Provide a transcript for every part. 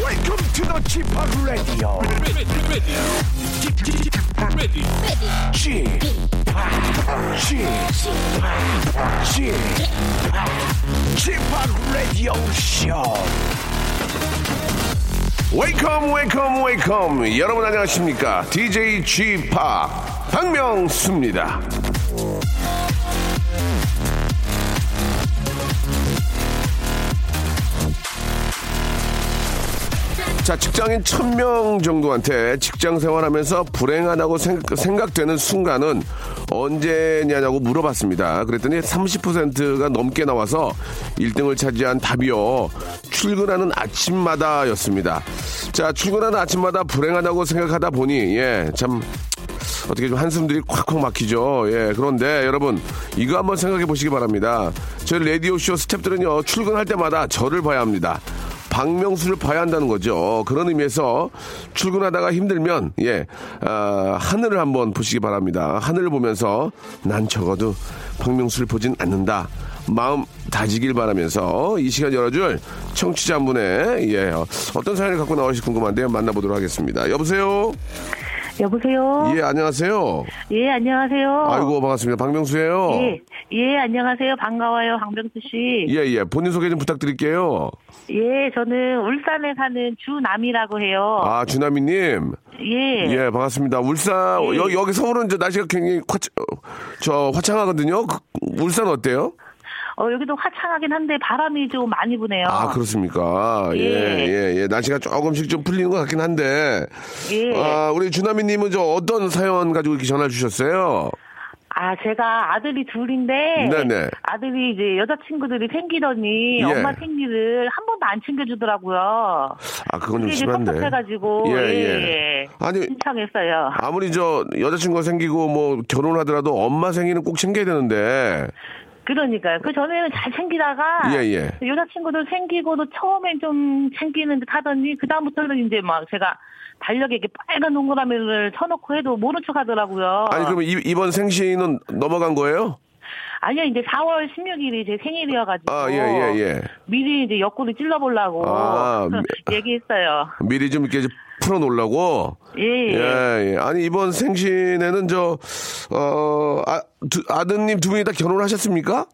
Welcome to the Chip Radio. Chip Chip Chip Radio Show. 웨이컴 웨이컴 웨이컴 여러분 안녕하십니까 DJ g 파 박명수입니다 자 직장인 1000명 정도한테 직장 생활하면서 불행하다고 생각, 되는 순간은 언제냐냐고 물어봤습니다 그랬더니 30%가 넘게 나와서 1등을 차지한 답이요 출근하는 아침마다 였습니다 자 출근하는 아침마다 불행하다고 생각하다 보니 예참 어떻게 좀 한숨들이 콱콱 막히죠. 예, 그런데 여러분 이거 한번 생각해 보시기 바랍니다. 저희 라디오 쇼 스탭들은요 출근할 때마다 저를 봐야 합니다. 박명수를 봐야 한다는 거죠. 그런 의미에서 출근하다가 힘들면 예 아, 하늘을 한번 보시기 바랍니다. 하늘을 보면서 난 적어도 박명수를 보진 않는다. 마음 다지길 바라면서 이 시간 열어줄 청취자 한 분의 예 어떤 사연을 갖고 나오실지 궁금한데요 만나보도록 하겠습니다. 여보세요. 여보세요. 예 안녕하세요. 예, 안녕하세요. 아이고 반갑습니다. 박명수예요. 예, 예, 안녕하세요. 반가워요, 황병수 씨. 예, 예. 본인 소개 좀 부탁드릴게요. 예, 저는 울산에 사는 주남이라고 해요. 아, 주나미 님. 어. 예. 예, 반갑습니다. 울산 여, 여기 서울은 이제 날씨가 굉장히 화차, 저 화창하거든요. 그, 울산 어때요? 어, 여기도 화창하긴 한데 바람이 좀 많이 부네요. 아, 그렇습니까? 예, 어. 예. 예, 예. 날씨가 조금씩 좀 풀리는 것 같긴 한데. 예. 아, 우리 주나미 님은 저 어떤 사연 가지고 이렇게 전화 주셨어요? 아, 제가 아들이 둘인데 네네. 아들이 이제 여자친구들이 생기더니 예. 엄마 생일을 한 번도 안 챙겨주더라고요. 아, 그건 좀 그게 이제 심한데. 섭섭해가지고 예, 예, 예. 아니, 신청했어요. 아무리 저 여자친구가 생기고 뭐 결혼하더라도 엄마 생일은 꼭 챙겨야 되는데. 그러니까요. 그 전에는 잘 챙기다가 예, 예. 여자친구도 생기고도 처음엔 좀 챙기는 듯 하더니 그 다음부터는 이제 막 제가 달력에 이렇게 빨간 동그라미를 쳐놓고 해도 모른 척 하더라고요. 아니 그러면 이, 이번 생신은 넘어간 거예요? 요 이제 4월 16일이 제 생일이어가지고 아, 예, 예, 예. 미리 이제 옆구리 찔러보려고 아, 그래서 얘기했어요. 미리 좀 이렇게 풀어 놓으려고. 예, 예. 예, 예. 아니 이번 생신에는 저 어, 아, 두, 아드님 두 분이 다 결혼하셨습니까?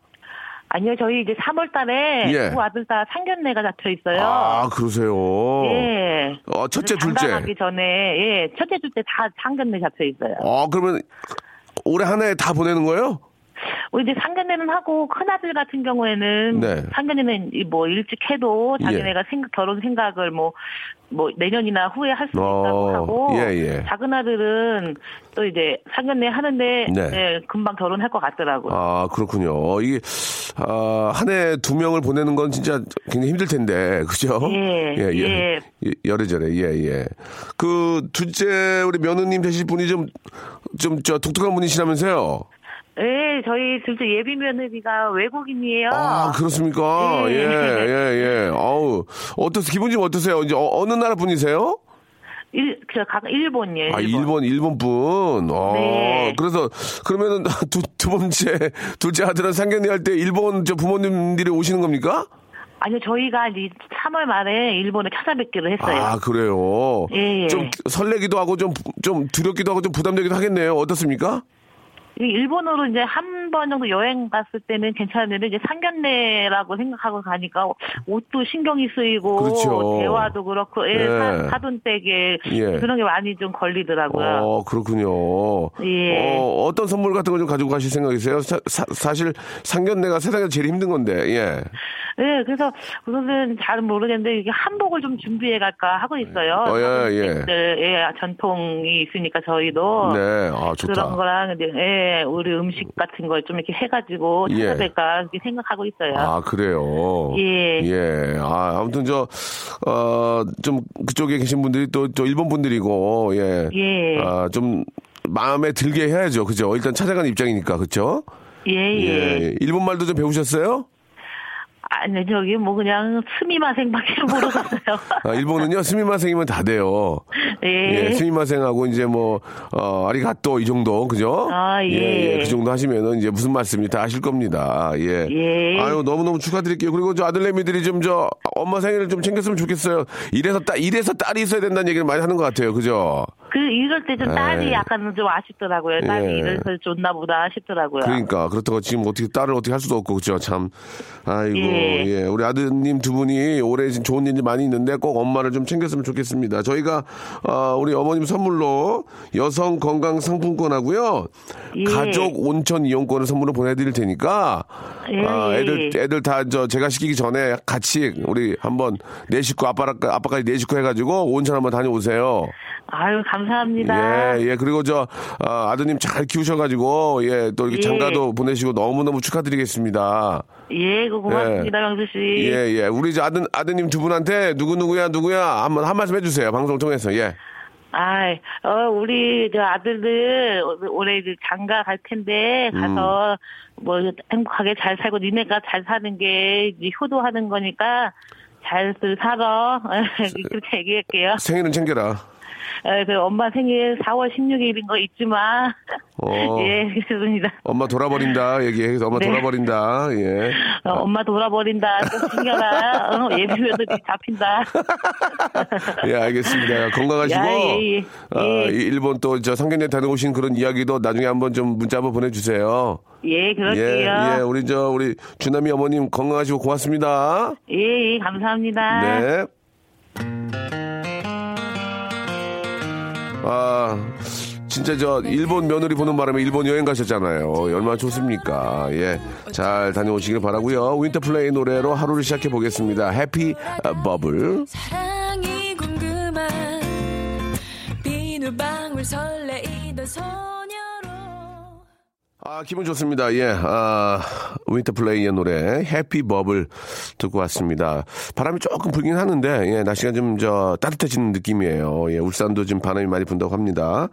아니요, 저희 이제 3월달에 예. 두 아들 다 상견례가 잡혀 있어요. 아, 그러세요. 예. 어, 첫째, 둘째. 장가가기 전에 예, 첫째, 둘째 다 상견례 잡혀 있어요. 어, 그러면 올해 한 해 다 보내는 거예요? 뭐 이제 상견례는 하고 큰아들 같은 경우에는 네. 예. 상견례는 이 뭐 일찍 해도 자기네가 생각, 결혼 생각을 뭐 뭐 내년이나 후에 할 수 어, 있다고 하고 예, 예. 작은 아들은 또 이제 상견례 하는데 네. 예, 금방 결혼할 것 같더라고요. 아, 그렇군요. 이게 아, 한 해 두 명을 보내는 건 진짜 굉장히 힘들 텐데. 그죠? 예, 예. 예. 예, 여래저래. 예, 예. 그 둘째 우리 며느님 되실 분이 좀 좀 저 독특한 분이시라면서요. 예, 저희 둘째 예비 며느리가 외국인이에요. 아, 그렇습니까? 예, 예. 예, 예. 아우, 어떠세요? 기분 좀 어떠세요? 이제 어, 느 나라 분이세요? 일, 저 각- 일본이에요. 아, 일본, 일본 분. 어, 네. 그래서, 그러면은, 두, 두 번째, 둘째 아들은 상견례 할 때 일본 저 부모님들이 오시는 겁니까? 아니요, 저희가 이제 3월 말에 일본에 찾아뵙기로 했어요. 아, 그래요? 예, 예. 좀 설레기도 하고, 좀, 좀 두렵기도 하고, 좀 부담되기도 하겠네요. 어떻습니까? 이 일본으로 이제 한 번 정도 여행 갔을 때는 괜찮은데 이제 상견례라고 생각하고 가니까 옷도 신경이 쓰이고 그렇죠. 대화도 그렇고 예, 예. 사- 사돈댁에 예. 그런 게 많이 좀 걸리더라고요. 어, 그렇군요. 예. 어, 어떤 선물 같은 걸 좀 가지고 가실 생각이세요? 사, 사, 실 상견례가 세상에서 제일 힘든 건데, 예. 네, 그래서 우선은 잘 모르겠는데 이게 한복을 좀 준비해 갈까 하고 있어요. 어, 예, 예. 네, 예, 전통이 있으니까 저희도 네, 아 그런 좋다. 거랑 이제 예, 우리 음식 같은 걸 좀 이렇게 해가지고 예. 찾아뵐까 이렇게 생각하고 있어요. 아 그래요. 예. 예. 아 아무튼 저어좀 그쪽에 계신 분들이 또 또 일본 분들이고 예. 예. 아좀 마음에 들게 해야죠. 그죠? 일단 찾아가는 입장이니까 그죠? 예, 예. 일본 말도 좀 배우셨어요? 아니, 저기 뭐 그냥 스미마생밖에 모르겠어요. 아, 일본은요 스미마생이면 다 돼요. 예. 예, 스미마생하고 이제 뭐 어, 아리가또 이 정도 그죠? 아, 예. 그 정도 하시면은 이제 무슨 말씀이 다 아실 겁니다. 예. 예. 아유 너무 너무 축하드릴게요. 그리고 저 아들내미들이 좀 저 엄마 생일을 좀 챙겼으면 좋겠어요. 이래서 딸 이래서 딸이 있어야 된다는 얘기를 많이 하는 것 같아요. 그죠? 그 이럴 때 좀 예. 딸이 약간 좀 아쉽더라고요. 딸이 예. 이래서 좋나 보다 싶더라고요. 그러니까 그렇다고 지금 어떻게 딸을 어떻게 할 수도 없고 그죠? 참 아이고 예. 예. 우리 아드님 두 분이 올해 지금 좋은 일이 많이 있는데 꼭 엄마를 좀 챙겼으면 좋겠습니다. 저희가 아, 우리 어머님 선물로 여성 건강 상품권하고요 예. 가족 온천 이용권을 선물로 보내드릴 테니까 예, 아, 예, 애들 예. 애들 다 저 제가 시키기 전에 같이 우리 한번 네 식구 아빠랑 아빠까지 네 식구 해가지고 온천 한번 다녀오세요. 아유, 감사합니다. 예, 예. 그리고 저 아, 아드님 잘 키우셔가지고 예, 또 이렇게 예. 장가도 보내시고 너무 너무 축하드리겠습니다. 예, 그 고맙습니다, 명수 씨. 예, 예. 우리 저 아드 아드님 두 분한테 누구 누구야 누구야 한번 한 말씀 해주세요. 방송 통해서 예. 아, 어, 우리 저 아들들 올해 이제 장가 갈 텐데 가서 음. 뭐 행복하게 잘 살고 니네가 잘 사는 게 이제 효도하는 거니까 잘들 살아 그렇게 얘기할게요. 생일은 챙겨라. 어, 그 엄마 생일 4월 16일인 거 잊지 마. 어. 예, 그렇습니다. 엄마 돌아버린다 얘기해서 엄마 네. 돌아버린다. 예. 어, 엄마 돌아버린다. 좀 챙겨라. 어, 예비면허 잡힌다. 예, 알겠습니다. 건강하시고 야, 예, 예. 아, 예. 이- 일본 또 저 상견례 다녀오신 그런 이야기도 나중에 한번 좀 문자 한번 보내주세요. 예, 그럴게요. 예, 예. 우리 저 우리 주남이 어머님 건강하시고 고맙습니다. 예, 예, 감사합니다. 네. 아, 진짜 저 일본 며느리 보는 바람에 일본 여행 가셨잖아요. 얼마나 좋습니까? 예. 잘 다녀오시길 바라고요. 윈터플레이 노래로 하루를 시작해 보겠습니다. 해피 아, 버블. 사랑이 궁금한 비누방울 설레이던 소녀로 아, 기분 좋습니다. 예. 아, 윈터플레이의 노래 해피 버블 듣고 왔습니다. 바람이 조금 불긴 하는데 예, 날씨가 좀 저 따뜻해지는 느낌이에요. 예, 울산도 지금 바람이 많이 분다고 합니다.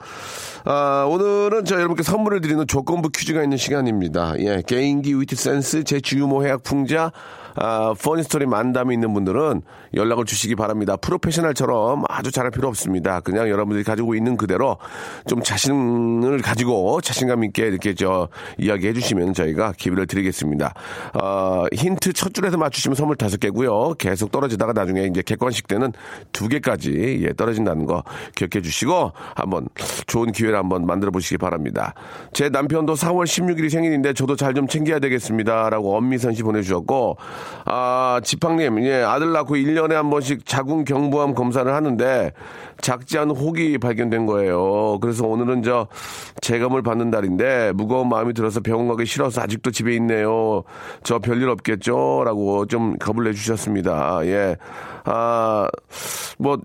아, 오늘은 저 여러분께 선물을 드리는 조건부 퀴즈가 있는 시간입니다. 예, 개인기 위트 센스 제주유모 해학 풍자 아, 퍼니스토리 만담이 있는 분들은 연락을 주시기 바랍니다. 프로페셔널처럼 아주 잘할 필요 없습니다. 그냥 여러분들이 가지고 있는 그대로 좀 자신을 가지고 자신감 있게 이렇게 저 이야기해 주시면 저희가 기회를 드리겠습니다. 어, 힌트 첫 줄에서 맞추시면 선물 다섯 개고요. 계속 떨어지다가 나중에 이제 객관식 때는 두 개까지 예, 떨어진다는 거 기억해 주시고 한번 좋은 기회를 한번 만들어 보시기 바랍니다. 제 남편도 4월 16일이 생일인데 저도 잘 좀 챙겨야 되겠습니다라고 엄미선 씨 보내주셨고 아 지팡님 예 아들 낳고 1년에 한 번씩 자궁 경부암 검사를 하는데 작지 않은 혹이 발견된 거예요. 그래서 오늘은 저 재감을 받는 날인데 무거운 마음이 들어서 병원 가기 싫어서 아직도 집에 있네요. 저 별일 없겠죠라고 좀 겁을 내주셨습니다. 예. 아, 뭐,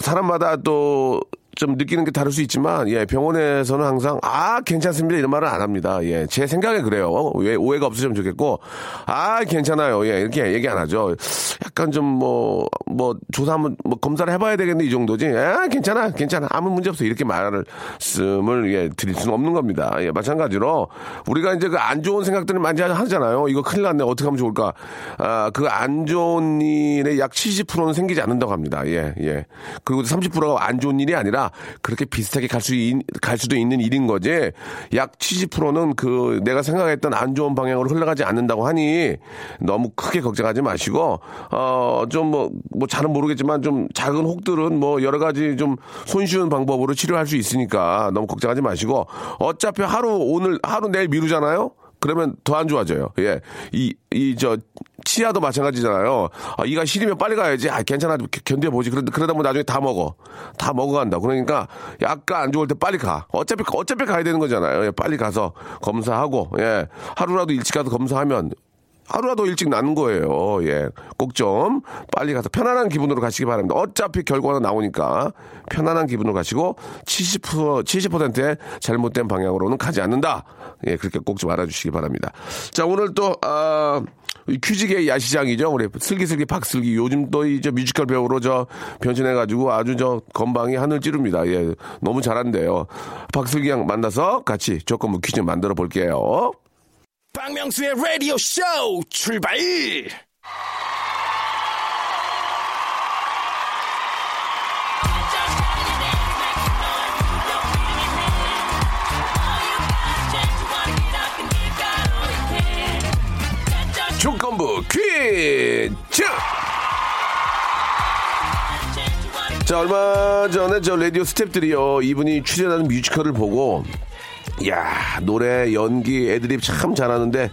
사람마다 또, 좀 느끼는 게 다를 수 있지만, 예, 병원에서는 항상, 아, 괜찮습니다. 이런 말은 안 합니다. 예, 제 생각에 그래요. 왜, 오해가 없으시면 좋겠고, 아, 괜찮아요. 예, 이렇게 얘기 안 하죠. 약간 좀 뭐, 뭐, 조사 한번, 뭐, 검사를 해봐야 되겠네. 이 정도지. 아, 괜찮아. 괜찮아. 아무 문제 없어. 이렇게 말씀을, 예, 드릴 수는 없는 겁니다. 예, 마찬가지로, 우리가 이제 그 안 좋은 생각들을 많이 하- 하잖아요. 이거 큰일 났네. 어떻게 하면 좋을까. 아, 그 안 좋은 일의 약 70%는 생기지 않는다고 합니다. 예, 예. 그리고 30%가 안 좋은 일이 아니라 그렇게 비슷하게 갈 수, 있- 갈 수도 있는 일인 거지. 약 70%는 그 내가 생각했던 안 좋은 방향으로 흘러가지 않는다고 하니 너무 크게 걱정하지 마시고, 어, 좀 뭐, 뭐 잘은 모르겠지만 좀 작은 혹들은 뭐 여러 가지 좀 손쉬운 방법으로 치료할 수 있으니까 너무 걱정하지 마시고 어차피 하루 오늘, 하루 내일 미루잖아요? 그러면 더 안 좋아져요. 예. 이, 이, 저, 치아도 마찬가지잖아요. 아, 이가 시리면 빨리 가야지. 아, 괜찮아. 겨- 견뎌보지. 그러, 그러다 보면 나중에 다 먹어. 다 먹어간다. 그러니까 약간 안 좋을 때 빨리 가. 어차피, 어차피 가야 되는 거잖아요. 예, 빨리 가서 검사하고, 예. 하루라도 일찍 가서 검사하면 하루라도 일찍 나는 거예요. 예. 꼭 좀 빨리 가서 편안한 기분으로 가시기 바랍니다. 어차피 결과는 나오니까 편안한 기분으로 가시고 70% 70%의 잘못된 방향으로는 가지 않는다. 예, 그렇게 꼭 좀 알아주시기 바랍니다. 자, 오늘 또 아, 이 퀴즈계 야시장이죠. 우리 슬기슬기 박슬기 요즘 또 이 저 뮤지컬 배우로 저 변신해가지고 아주 저 건방이 하늘 찌릅니다. 예, 너무 잘한대요. 박슬기 양 만나서 같이 조건부 퀴즈 만들어 볼게요. 박명수의 라디오 쇼 출발! 조건부 퀴즈! 자, 얼마 전에 저 라디오 스탭들이요. 이분이 출연하는 뮤지컬을 보고, 야 노래, 연기, 애드립 참 잘하는데,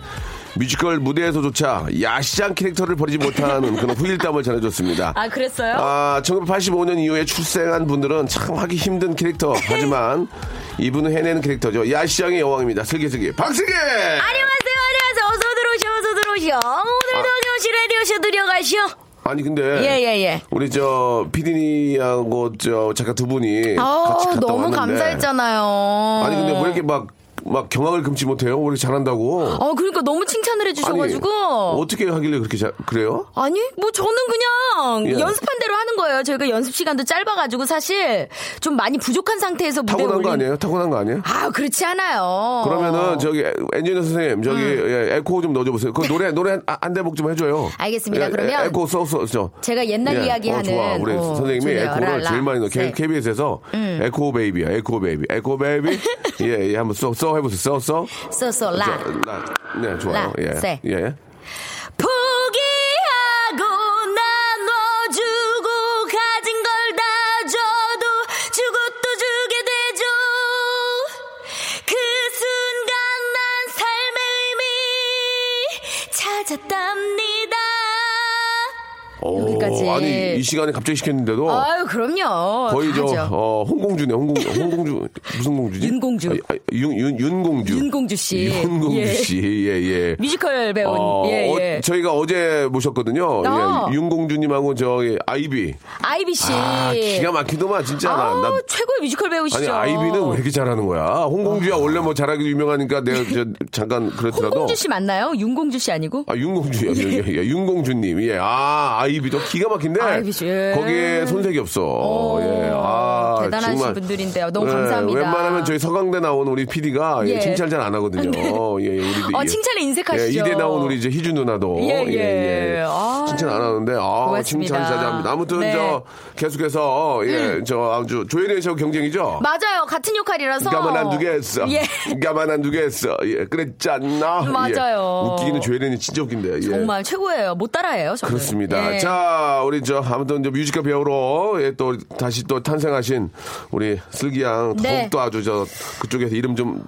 뮤지컬 무대에서조차 야시장 캐릭터를 버리지 못하는 그런 후일담을 전해줬습니다. 아, 그랬어요? 아, 1985년 이후에 출생한 분들은 참 하기 힘든 캐릭터. 하지만 이분은 해내는 캐릭터죠. 야시장의 여왕입니다. 슬기슬기. 박슬기! 안녕하세요, 안녕하세요. 어서 들어오시오, 어서 들어오시오. 아. 오늘도 정신 라디오쇼 들어가시오. 아니 근데 예, 예, 예. 우리 저 피디님하고 저 작가 두 분이 예, 같이 아우, 갔다 어, 너무 어. 왔는데 감사했잖아요. 아니 근데 왜 이렇게 막 막 경악을 금치 못해요? 왜 이렇게 잘한다고? 어, 그러니까 너무 칭찬을 해주셔가지고. 아니, 뭐 어떻게 하길래 그렇게 잘 그래요? 아니, 뭐 저는 그냥 예. 연습한 대로 하는 거예요. 저희가 연습 시간도 짧아가지고 사실 좀 많이 부족한 상태에서 무대 타고난 올린. 거 아니에요? 타고난 거 아니에요? 아, 그렇지 않아요. 그러면은 저기 엔지니어 선생님 저기 예, 에코 좀 넣어줘보세요. 그 노래 노래 한, 한 대목 좀 해줘요. 음. 알겠습니다. 에- 그러면 에- 에코 써써죠. 제가 옛날 이야기하는, 예. 좋아. 우리 어, 선생님이 좋네요. 에코를 랄라. 제일 많이 넣어. 네. 음. KBS에서 에코 베이비야. 에코 베이비. 에코 베이비. 예, 예, 한번 써, 써 해보세요. 써, 써. 써서 라. 자, 라. 네, 좋아요. 라, 예. 세. 예. 포기하고 나눠주고 가진 걸 다 줘도 주고 또 주게 되죠 그 순간 난 삶의 의미 찾았답니다 오, 여기까지. 아니, 이 시간에 갑자기 시켰는데도. 아유 그럼요 어. 거의 저, 다죠. 어, 홍공주네, 홍공, 홍공주. 무슨 공주지? 윤공주. 아, 아, 윤, 윤, 윤공주. 윤공주 씨. 윤공주 예. 씨, 예, 예. 뮤지컬 배우 어, 예, 어, 예. 저희가 어제 모셨거든요. 아. 예, 윤공주님하고 저기 아이비. 아이비 씨 아, 기가 막히더만 진짜 나. 예. 아우, 나 최고의 뮤지컬 아니 배우시죠 아이비는 왜 이렇게 잘하는 거야? 홍공주야 원래 뭐 잘하기도 유명하니까 내가 저, 잠깐 그렇더라도. 홍공주 씨 맞나요? 윤공주 씨 아니고? 아 윤공주야, 예, 예, 예, 윤공주님, 예, 아 아이비도 기가 막힌데 아이비 씨, 예. 거기에 손색이 없어. 오, 예, 아 대단하신 정말. 분들인데요. 너무 예, 감사합니다. 웬만하면 저희 서강대 나온 우리 PD가 예. 칭찬 잘 안 하거든요. 예, 예, 우리도 어, 예. 칭찬에 인색하시죠. 예, 이대 나온 우리 이제 희준 누나도 예, 예. 아. 칭찬 안 하는데 아 고맙습니다. 칭찬 자자합니다. 아무튼 네. 음. 저 계속해서 어, 예저 아주 조혜련 씨하고 경쟁이죠. 맞아요. 같은 역할이라서. 가만 그러니까 안 두겠어. 예. 가만 안 두겠어. 예, 그랬잖아. 맞아요. 예. 웃기기는 조혜련이 진짜 웃긴데. 예. 정말 최고예요. 못 따라해요. 저는. 그렇습니다. 예. 자, 우리 저 아무튼 저 뮤지컬 배우로 예, 또 다시 또 탄생하신 우리 슬기 양 네. 더욱더 아주 저 그쪽에서 이름 좀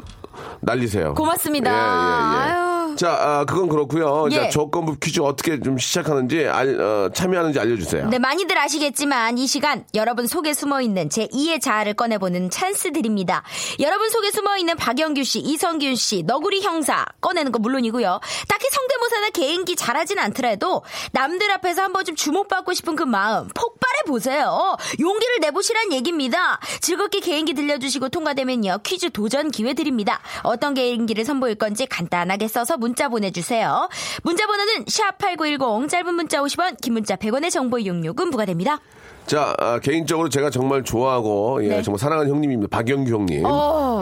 날리세요. 예, 고맙습니다. 아유. 자, 아, 그건 그렇고요. 예. 자, 조건부 퀴즈 어떻게 좀 시작하는지 알- 어, 참여하는지 알려주세요. 네, 많이들 아시겠지만 이 시간 여러분 속에 숨어 있는 제 2의 자아를 꺼내보는 찬스 드립니다. 여러분 속에 숨어 있는 박영규 씨, 이성균 씨, 너구리 형사 꺼내는 거 물론이고요. 딱히 성대모사나 개인기 잘하진 않더라도 남들 앞에서 한번 좀 주목받고 싶은 그 마음 폭발해 보세요. 용기를 내보시란 얘기입니다. 즐겁게 개인기 들려주시고 통과되면요 퀴즈 도전 기회 드립니다. 어떤 개인기를 선보일 건지 간단하게 써서 문자 보내주세요. 문자 번호는 샵 #8910 짧은 문자 50원, 긴 문자 100원의 정보 이용료금 부과됩니다. 자, 아, 개인적으로 제가 정말 좋아하고, 예, 네. 어. 정말 사랑하는 형님입니다. 박영규 형님.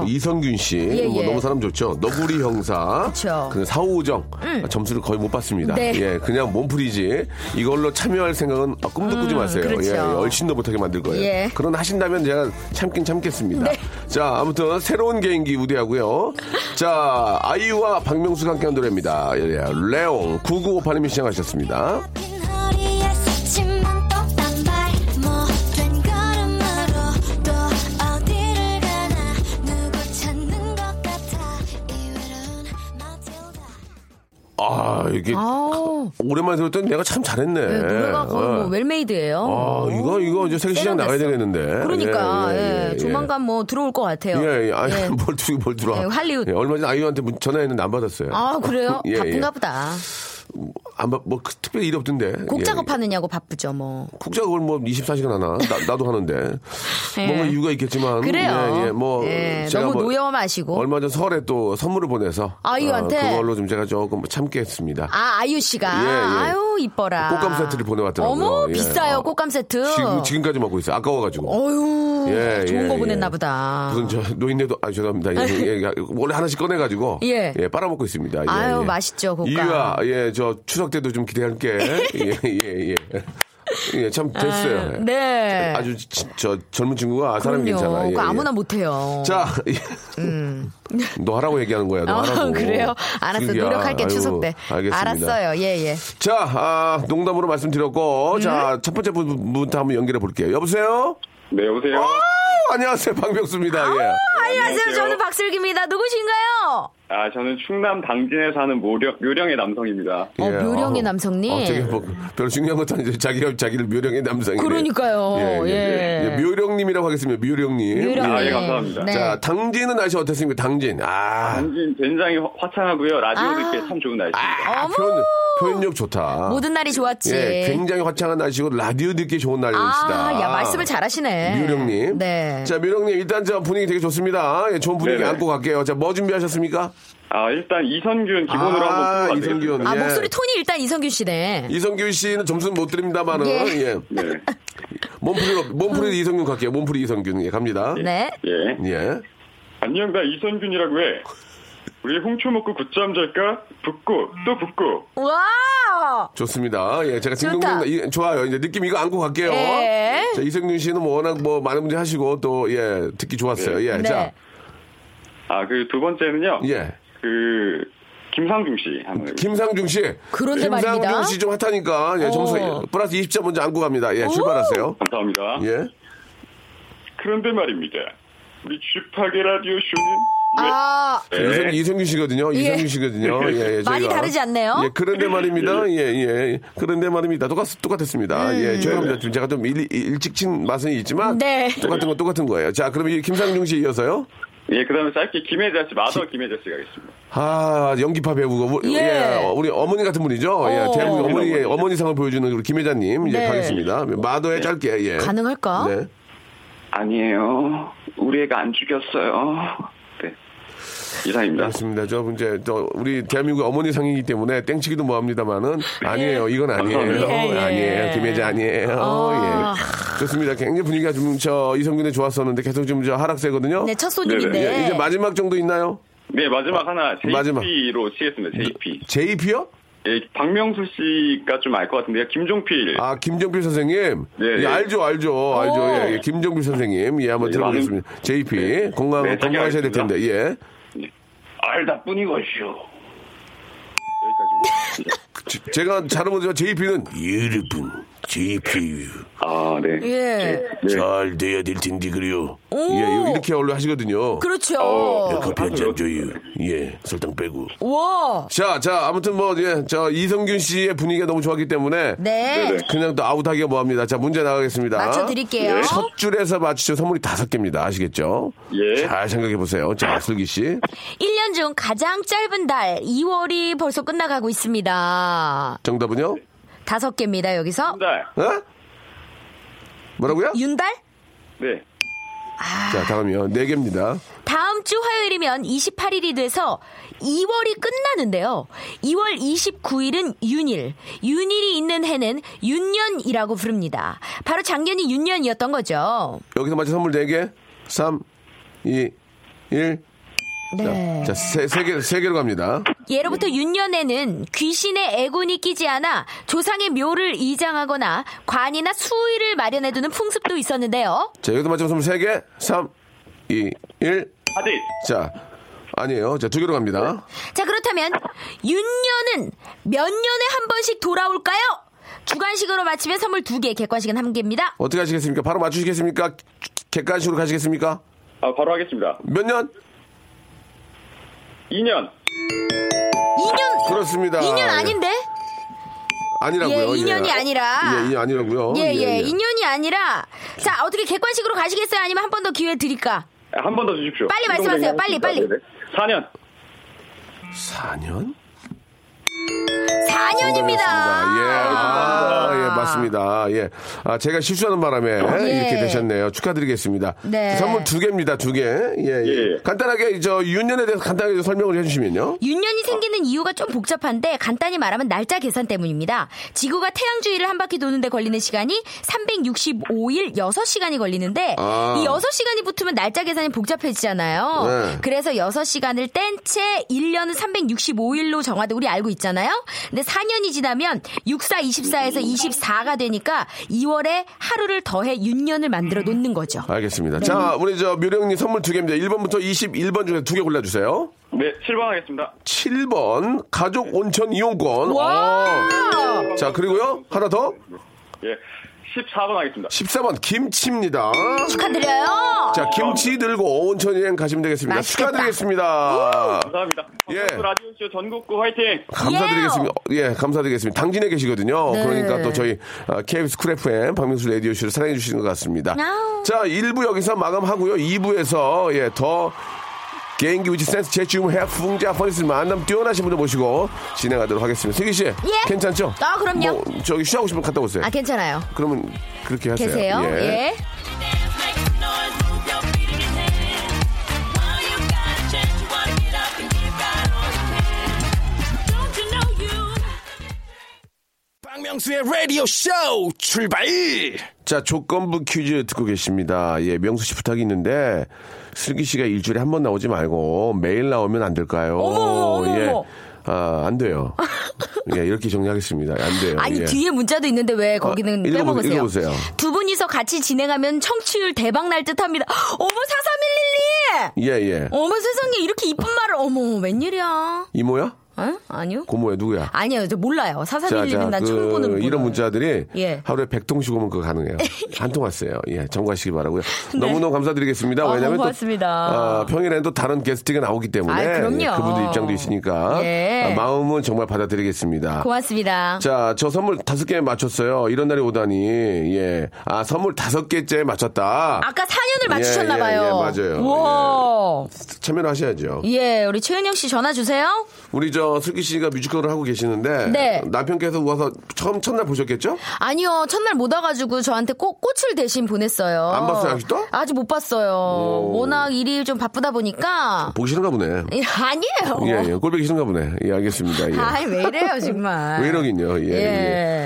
이성균 씨. 뭐 예. 너무 사람 좋죠. 너구리 형사. 그쵸. 음. 그 사우정. 아, 점수를 거의 못 받습니다. 네. 예, 그냥 몸풀이지. 이걸로 참여할 생각은 아, 꿈도 꾸지 마세요. 그렇죠. 예, 얼씬도 못하게 만들 거예요. 예. 네. 그런 하신다면 제가 참긴 참겠습니다. 자, 아무튼 새로운 개인기 우대하고요. 자, 아이유와 박명수가 함께한 노래입니다. 예, 예. 레옹. 9958님이 시작하셨습니다. 긴 허리에 스치면 또 단발 못된 걸음으로 또 어디를 가나 누구 찾는 것 같아 이 외로운 마틸다 아, 이게. 아우 오랜만에 들었더니 내가 참 잘했네. 노래가 거의 뭐 예. 웰메이드예요. 아, 이거, 이거 이제 세계 시장 나가야 세련됐어. 되겠는데. 그러니까 예, 아, 예. 조만간 뭐 들어올 것 같아요. 예, 예. 아니, 예. 뭘 들어, 뭘 들어. 예, 할리우드. 얼마 전에 아이유한테 문- 전화했는데 안 받았어요. 아 그래요? 예, 예. 바쁜가 보다. 아마 뭐 그- 특별히 일이 없던데. 곡 예. 작업하느냐고 바쁘죠 뭐. 곡 작업을 뭐 24시간 하나. 나, 도 하는데. 예. 뭔가 이유가 있겠지만. 그래요. 예, 예, 뭐 예, 제가 너무 뭐 노여 마시고. 얼마 전 설에 또 선물을 보내서 아이유한테? 어, 그걸로 좀 제가 조금 참게 했습니다. 아 아유 씨가 예, 예. 아유 이뻐라. 꽃감 세트를 보내왔더라고요. 어머 예. 비싸요 꽃감 세트. 지금 지금까지 먹고 있어. 요 아까워가지고. 어유 예, 좋은 예, 거 예. 보냈나 보다. 무슨 저 노인네도 아 죄송합니다. 예, 예, 원래 하나씩 꺼내가지고 예. 예, 빨아먹고 있습니다. 예, 아유, 예. 맛있죠, 고가. 이유야 예저 추석 때도 좀 기대할게. 예예예 예. 참 됐어요. 아, 네. 아주 지- 저 젊은 친구가 사람 그럼요. 괜찮아. 예, 그거 예. 아무나 뭐. 못해요. 자, 예. 너 하라고 얘기하는 거야. 너 어, 하라고. 그래요. 알았어. 슬기야. 노력할게 아유, 추석 때. 알겠습니다. 알았어요. 예 예. 자, 아, 농담으로 말씀드렸고, 음? 자, 첫 번째 분, 부터 한번 연결해 볼게요. 여보세요? 네, 여보세요? 아, 안녕하세요. 박명수입니다. 예. 안녕하세요. 안녕하세요. 저는 박슬기입니다. 누구신가요? 아, 저는 충남 당진에 사는 모령, 묘령의 남성입니다. 어, 예, 묘령의 아, 남성님. 어, 되게 뭐, 별로 중요한 것도 아니죠. 자기가, 자기를 묘령의 남성이. 그러니까요. 예. 예. 예, 묘령님이라고 하겠습니다. 묘령님. 묘령님. 아, 예, 감사합니다. 네. 자, 당진은 날씨 어땠습니까? 당진. 아, 당진 굉장히 화- 화창하고요. 라디오 아. 듣기에 참 좋은 날씨입니다. 어머. 아, 표현, 표현력 좋다. 모든 날이 좋았지. 예, 굉장히 화창한 날씨고 라디오 듣기 좋은 날씨다. 아, 야 말씀을 잘하시네. 묘령님. 네. 자, 묘령님 일단 저 분위기 되게 좋습니다. 예, 좋은 분위기 네네. 안고 갈게요. 자, 뭐 준비하셨습니까? 아, 일단 이선균 기본으로 아, 한번 풀어봐도 이선균. 되겠습니다. 아 예. 목소리 톤이 일단 이성균 씨네. 이성균 씨는 점수는 못 드립니다만은 예. 예. 네. 몸풀이로 몸풀이 이성균 갈게요. 몸풀이 이성균 예, 갑니다. 음. 네. 예. 예. 안녕, 나 이선균이라고 해. 우리 홍초 먹고 굿잠 잘까? 붙고, 또 붙고. 와. 좋습니다. 예, 제가 좋다. 딩동댕 이- 좋아요. 이제 느낌 이거 안고 갈게요. 예. 자, 이성균 씨는 뭐 워낙 뭐 많은 분들이 하시고 또 예, 듣기 좋았어요. 예. 네. 자. 아, 그 두 번째는요. 예. 그, 김상중 씨. 한번 해볼게요. 김상중 씨. 그런데 김상중 말입니다. 씨 좀 핫하니까 예, 점수 오. 플러스 20점 먼저 안고 갑니다. 예, 출발하세요. 감사합니다. 예. 그런데 말입니다. 우리 쥐파게 라디오 쇼는 왜 아그 이성, 이성균 씨거든요. 이성균 씨거든요. 예, 예, 예. 많이 저희가. 다르지 않네요? 예, 그런데 말입니다. 예, 예. 그런데 말입니다. 똑같, 똑같았습니다. 예, 죄송합니다. 지금 제가 좀 일, 일찍 친 맛은 있지만. 음. 네. 똑같은 건 똑같은 거예요. 자, 그럼 이 김상중 씨 이어서요. 예, 그 다음에 짧게 김혜자 씨, 마더 김혜자 씨 가겠습니다. 아, 연기파 배우가. 우리, 예. 어, 우리 어머니 같은 분이죠. 어. 예, 대한민국 어머니의 어머니. 어머니상을 보여주는 우리 김혜자님. 이제 네. 가겠습니다. 마더의 짧게, 예. 가능할까? 네. 아니에요. 우리 애가 안 죽였어요. 네. 이상입니다. 그렇습니다. 저 이제 저 우리 대한민국 어머니 상이기 때문에 땡치기도 뭐합니다만은 아니에요. 이건 아니에요. 예, 예. 아니에요. 김혜자 아니에요. 아. 예. 좋습니다. 굉장히 분위기가 좀 저 이성균에 좋았었는데 계속 좀 저 하락세거든요. 네, 첫 손님인데. 예, 이제 마지막 정도 있나요? 네, 마지막 하나 마지막. JP로 치겠습니다. JP. JP요? 예, 박명수 씨가 좀 알 것 같은데요. 김종필. 아 김정필 선생님. 네, 예, 네. 알죠, 알죠, 알죠. 예, 예. 김정필 선생님. 예, 한번 네, 들어보겠습니다. JP 건강 네, 건강하셔야 될 텐데. 예. 알다 뿐이 것이요. 여기까지. 제- 제가 잘못 저 JP는 여러분 JP유. 아, 네. 예. 잘 돼야 될 텐데 그래요. 오. 예, 이렇게 원래 하시거든요. 그렇죠. 어. 커피 한잔 줘요. 예, 설탕 빼고. 와. 자, 자, 아무튼 뭐, 예, 저 이성균 씨의 분위기가 너무 좋았기 때문에. 네. 네네. 그냥 또 아웃하기가 뭐합니다. 자, 문제 나가겠습니다. 맞춰드릴게요. 예. 첫 줄에서 맞추죠. 선물이 다섯 개입니다. 아시겠죠? 예. 잘 생각해보세요. 자, 슬기 씨. 1년 중 가장 짧은 달 2월이 벌써 끝나가고 있습니다. 정답은요? 다섯 개입니다. 여기서 달. 어? 뭐라고요? 윤달? 네. 자, 다음이요. 네 개입니다. 다음 주 화요일이면 28일이 돼서 2월이 끝나는데요. 2월 29일은 윤일. 윤일이 있는 해는 윤년이라고 부릅니다. 바로 작년이 윤년이었던 거죠. 여기서 맞춰 선물 네 개. 삼, 이, 일. 네. 자, 세, 세 개, 세 개로 갑니다. 예로부터 윤년에는 귀신의 애군이 끼지 않아 조상의 묘를 이장하거나 관이나 수위를 마련해두는 풍습도 있었는데요. 자, 여기서 맞춰 선물 세 개. 삼, 이, 일. 하디. 자, 아니에요. 자, 두 개로 갑니다. 자, 그렇다면 윤년은 몇 년에 한 번씩 돌아올까요? 주간식으로 맞히면 선물 두개 객관식은 한개입니다 어떻게 하시겠습니까? 바로 맞추시겠습니까? 객관식으로 가시겠습니까? 아, 바로 하겠습니다. 몇 년? 2년. 2년! 그렇습니다. 2년 아닌데? 네. 아니라고요. 예, 인연이 아니라. 예, 인연 아니라고요. 예, 예, 2년이 아니라. 자, 어떻게 객관식으로 가시겠어요? 아니면 한 번 더 기회 드릴까? 한 번 더 주십시오. 네, 빨리 말씀하세요. 빨리, 빨리. 4년. 4년? 4년입니다. 예, 아, 예, 맞습니다. 예. 아, 제가 실수하는 바람에 이렇게 되셨네요. 축하드리겠습니다. 예. 네. 선물 두 개입니다, 두 개. 예, 예. 예. 간단하게, 저, 윤년에 대해서 간단하게 설명을 해주시면요. 윤년이 생기는 이유가 좀 복잡한데 간단히 말하면 날짜 계산 때문입니다. 지구가 태양 주위를 한 바퀴 도는데 걸리는 시간이 365일 6시간이 걸리는데 아. 이 6시간이 붙으면 날짜 계산이 복잡해지잖아요. 네. 그래서 6시간을 뗀 채 1년은 365일로 정하되 우리 알고 있잖아요. 근데 4년이 지나면 64, 24에서 24가 되니까 2월에 하루를 더해 윤년을 만들어 놓는 거죠. 알겠습니다. 자, 네. 우리 저, 묘령님 선물 두 개입니다. 1번부터 21번 중에 두 개 골라주세요. 네, 7번 하겠습니다. 7번, 가족 온천 이용권. 어. 자, 그리고요, 하나 더. 예, 14번 하겠습니다. 14번, 김치입니다. 축하드려요. 자, 김치 들고 온천 여행 가시면 되겠습니다. 아, 맛있겠다. 축하드리겠습니다. 감사합니다. 예. 박명수 라디오쇼 전국구 화이팅! 감사드리겠습니다. 예, 감사드리겠습니다. 당진에 계시거든요. 네. 그러니까 또 저희 아, KBS 쿨 FM 박명수 라디오 쇼를 사랑해 주시는 것 같습니다. 아우. 자, 1부 여기서 마감하고요. 2부에서 예, 더 개인기 위치 센스 제춤 해풍자 퍼니스 만남 뛰어나신 분들 모시고 진행하도록 하겠습니다. 세기 씨, 괜찮죠? 예. 아, 그럼요. 뭐, 저기 쉬하고 싶으면 갔다 오세요. 아, 괜찮아요. 그러면 그렇게 하세요. 계세요. 예. 박명수의 라디오 쇼 출발. 자, 조건부 퀴즈 듣고 계십니다. 예, 명수 씨 부탁이 있는데, 슬기 씨가 일주일에 한 번 나오지 말고, 매일 나오면 안 될까요? 어머, 어머, 예. 어머. 아, 안 돼요. 예, 이렇게 정리하겠습니다. 안 돼요. 아니 예. 뒤에 문자도 있는데 왜 어, 거기는 읽어보- 빼먹으세요? 읽어보세요. 두 분이서 같이 진행하면 청취율 대박 날 듯합니다. 어머 43112! 예, 예. 어머 세상에 이렇게 이쁜 말을 어머 웬일이야? 이모야? 어? 아니요? 고모야? 누구야? 아니요 저 몰라요. 43112는 난 처음 보는 그, 이런 거예요. 문자들이 예. 하루에 100통씩 오면 그거 가능해요. 한 통 왔어요. 예, 참고하시기 바라고요. 너무너무 감사드리겠습니다. 아, 너무 왜냐면 또 네. 고맙습니다. 아, 평일에는 또 다른 게스트가 나오기 때문에 예, 아이, 그럼요. 그분들 입장도 있으니까 예. 아, 마음은 정말 받아들이겠습니다. 고맙습니다. 자, 저 선물 다섯 개 맞췄어요. 이런 날이 오다니. 예. 아, 선물 다섯 개째 맞췄다. 아까 4년을 예, 맞추셨나 예, 봐요. 예, 맞아요. 와. 참여를 하셔야죠. 예. 우리 최은영 씨 전화 주세요. 우리 저 슬기 씨가 뮤지컬을 하고 계시는데 네. 남편께서 와서 처음 첫날 보셨겠죠? 아니요 첫날 못 와가지고 저한테 꽃 꽃을 대신 보냈어요. 안 봤어요, 아직도? 아직 못 봤어요. 워낙 일이 좀 바쁘다 보니까 보기 싫은가 보네. 예, 아니에요. 아, 예, 예. 꼴보기 싫은가 보네. 예, 알겠습니다. 예. 아이 왜 이래요 정말. 왜 이러긴요. 예, 아. 예.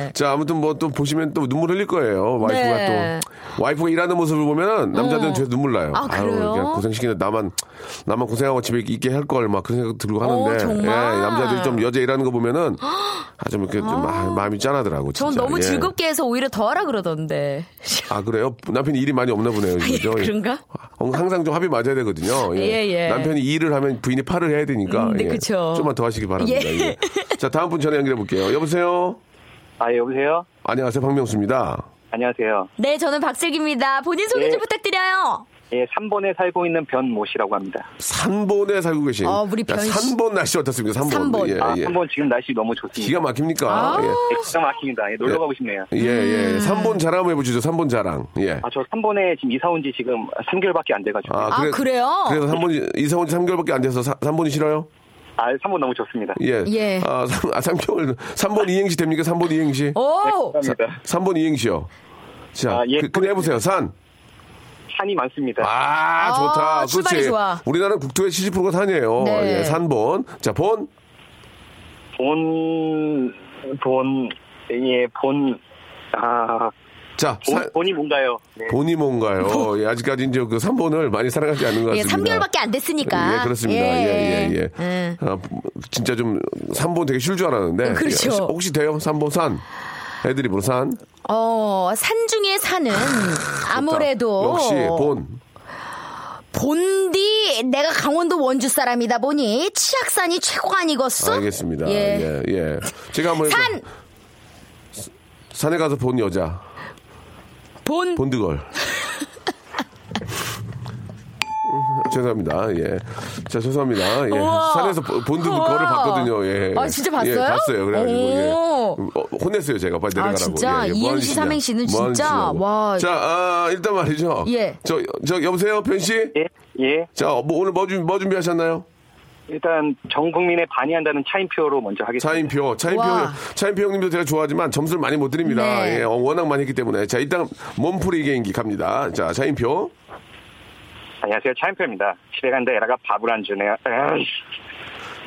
예. 자, 아무튼 뭐 또 보시면 또 눈물 흘릴 거예요. 와이프가 네. 또 와이프가 일하는 모습을 보면은 남자들은 어. 뒤에서 눈물 나요. 아, 그래요? 그냥 고생시키는 나만 나만 고생하고 집에 있게 할 걸 막 그런 생각 들고 하는데 어, 정말? 예, 남자들이 좀 여자 일하는 거 보면은 아, 좀 이렇게 좀 마- 마음이 짠하더라고. 진짜. 전 너무 예. 즐겁게 해서 오히려 더 하라 그러던데. 아, 그래요? 남편이 일이 많이 없나 보네요. 그죠? 예, 그런가? 어, 항상 좀 합이 맞아야 되거든요. 예, 예. 남편이 일을 하면 부인이 팔을 해야 되니까. 예. 음, 네, 그쵸. 좀만 더 하시기 바랍니다. 예. 예. 자, 다음 분 전화 연결해 볼게요. 여보세요? 아, 여보세요? 안녕하세요. 박명수입니다. 안녕하세요. 네, 저는 박슬기입니다. 본인 소개 예. 좀 부탁드려요. 예, 3번에 살고 있는 변모 씨라고 합니다. 산본에 살고 계신. 아, 우리 변 씨. 산본 날씨 어떻습니까? 산본. 산본. 아, 예, 아, 예. 3번 지금 날씨 너무 좋습니다. 기가 막힙니까? 예. 예, 기가 막힙니다. 예, 놀러 예. 가고 싶네요. 예, 음. 예. 산본 자랑 한번 해보시죠. 산본 자랑. 예. 아, 저 3번에 지금 이사 온 지 지금 3개월밖에 안 돼가지고. 아, 아, 그래요? 그래서 산본이, 이사 온 지 3개월밖에 안 돼서 사, 산본이 싫어요? 3번 너무 좋습니다. 예. 예. 아, 3, 아, 3개월. 산본 이행시 됩니까? 산본 이행시? 어? 오! 감사합니다. 3번 이행시요. 자, 네. 아, 예. 네. 그, 그냥 해보세요. 산. 산이 많습니다. 아, 아, 좋다. 출발이 그렇지. 좋아. 우리나라 국토의 70%가 산이에요. 네. 예, 산본. 자, 본. 본, 본, 예, 본, 아, 자, 본, 산- 본이 뭔가요? 네. 본이 뭔가요? 예, 아직까지 이제 그 3번을 많이 사랑하지 않는 것 예, 같습니다. 3개월밖에 안 됐으니까. 예, 그렇습니다. 예, 예, 예. 음. 아, 진짜 좀 3번 되게 쉴 줄 알았는데. 음, 그렇죠. 예, 혹시, 혹시 돼요? 3번 산. 애들이 보는 산. 좋다. 어, 산 중에 산은 아무래도 아, 역시 본. 본디 내가 강원도 원주 사람이다 보니 치악산이 최고가 아니겠어? 알겠습니다. 예. 예, 예. 제가 한번 산! 산에 가서 본 여자. 본 본드걸. 죄송합니다. 예. 자, 죄송합니다. 예. 우와. 산에서 보- 본드 우와. 걸을 봤거든요. 예. 아, 진짜 봤어요? 예, 봤어요. 그래가지고, 예. 오. 어, 혼냈어요, 제가. 빨리 아, 내려가라고. 진짜? 예, 예. 이행시, 하는 짓이냐. 삼행시는 뭐 하는 진짜, 짓이냐고. 와. 자, 아, 일단 말이죠. 예. 저, 저, 여보세요? 변씨? 어, 예, 예. 자, 뭐, 오늘 뭐, 준, 뭐 준비하셨나요? 일단 전 국민의 반의한다는 차인표로 먼저 예. 하겠습니다. 차인표, 차인표, 와. 차인표 형님도 제가 좋아하지만 점수를 많이 못 드립니다. 네. 예, 어, 워낙 많이 했기 때문에. 자, 일단 몸풀이 개인기 갑니다. 자, 차인표. 안녕하세요. 차인표입니다. 집에 간데 에라가 밥을 안 주네요. 에이,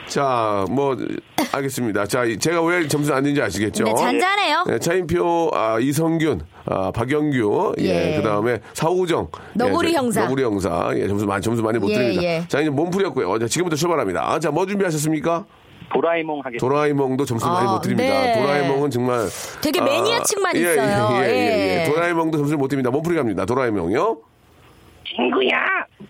자, 뭐, 알겠습니다. 자, 이- 제가 왜 점수 안 드는지 아시겠죠? 네, 잔잔해요. 예, 차인표, 아, 이성균, 아, 박영규, 예, 예. 그 다음에 사우정. 예, 너구리 형사. 너구리 형사. 예, 점수 많이, 점수 많이 못 예, 드립니다. 예. 자, 이제 몸풀이었고요. 어, 자, 지금부터 출발합니다. 아, 자, 뭐 준비하셨습니까? 도라에몽 하겠습니다. 도라에몽도 점수 많이 아, 못 드립니다. 네. 도라에몽은 정말. 되게 매니아층만 예, 있어요. 예, 예, 예, 예. 예. 도라에몽도 점수를 못 드립니다. 몸풀이 갑니다. 도라에몽요. 친구야,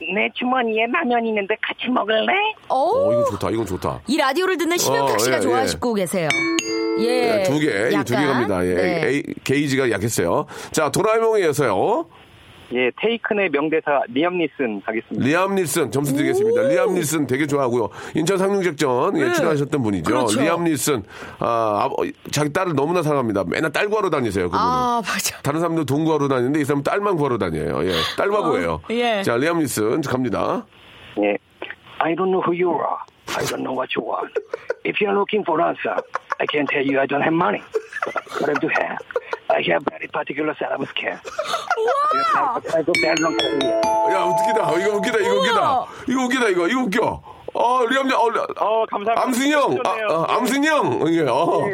내 주머니에 라면 있는데 같이 먹을래? 어, 오, 이건 좋다. 이건 좋다. 이 라디오를 듣는 심영탁 어, 씨가 예, 좋아하시고 계세요. 예. 네, 두 개, 이두개 약간. 갑니다. 예. 네. 에이, 게이지가 약했어요. 자, 도라에몽이어서요. 예, 테이큰의 명대사 리엄 니슨 하겠습니다. 리암 닐슨 점수 드리겠습니다. 리암 닐슨 되게 좋아하고요. 인천 상륙작전 예, 출연하셨던 분이죠. 네. 그렇죠. 리암 닐슨 아, 아, 자기 딸을 너무나 사랑합니다. 맨날 딸 구하러 다니세요. 그분은. 아, 맞아. 다른 사람들 돈 구하러 다니는데 이 사람은 딸만 구하러 다녀요. 예, 딸과 구해요. 예. 자, 리암 닐슨 갑니다. 예. I don't know who you are. I don't know what you want. If you're looking for answer, I can tell you I don't have money. What I do have, I have very particular set of 예, skills. Wow. I go back on career. 야, 웃기다. 이거 웃기다. 이거 웃기다. 이거 웃기다. 이거 이거 웃겨. 어, 리암 니- 어, 리- 어, 감사합니다. 암순이 형, 아, 좋네요. 아, 암순이 형, 예, 어.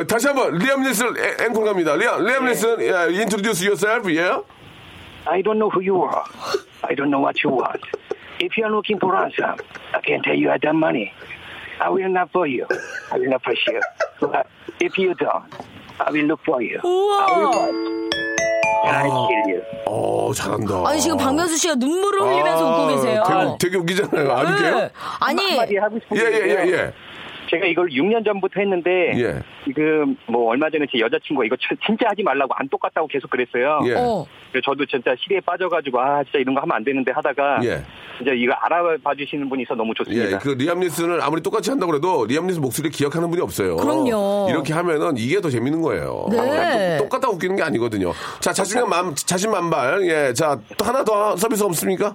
어, 다시 한번 리암 닐슨 에- 앵콜 갑니다. 리암 리암 닐슨, 예, introduce yourself, yeah. I don't know who you are. I don't know what you want. If you're looking for answer, I can tell you I don't money. I will not for you. I will not push you. But if you don't, I will look for you. I will watch. And I kill you. 어, 잘한다. 아니, 지금 박명수 씨가 눈물을 흘리면서 아, 웃고 계세요. 되게, 되게 웃기잖아요. 안 웃겨요? 네. 아니, 한마디 하고 싶은 예, 예, 예, 게요. 예. 제가 이걸 6년 전부터 했는데 예. 지금 뭐 얼마 전에 제 여자친구가 이거 참- 진짜 하지 말라고 안 똑같다고 계속 그랬어요. 예. 어. 그래서 저도 진짜 시대에 빠져가지고 아 진짜 이런 거 하면 안 되는데 하다가 예. 이제 이거 알아봐 주시는 분이 있어 너무 예, 좋습니다. 그 리암 니슨을 아무리 똑같이 한다고 해도 리암 니슨 목소리를 기억하는 분이 없어요. 그럼요. 이렇게 하면은 이게 더 재밌는 거예요. 네. 그냥 똑- 똑같다 웃기는 게 아니거든요. 자, 자신감 자신만발. 예, 자, 또 하나 더 서비스 없습니까?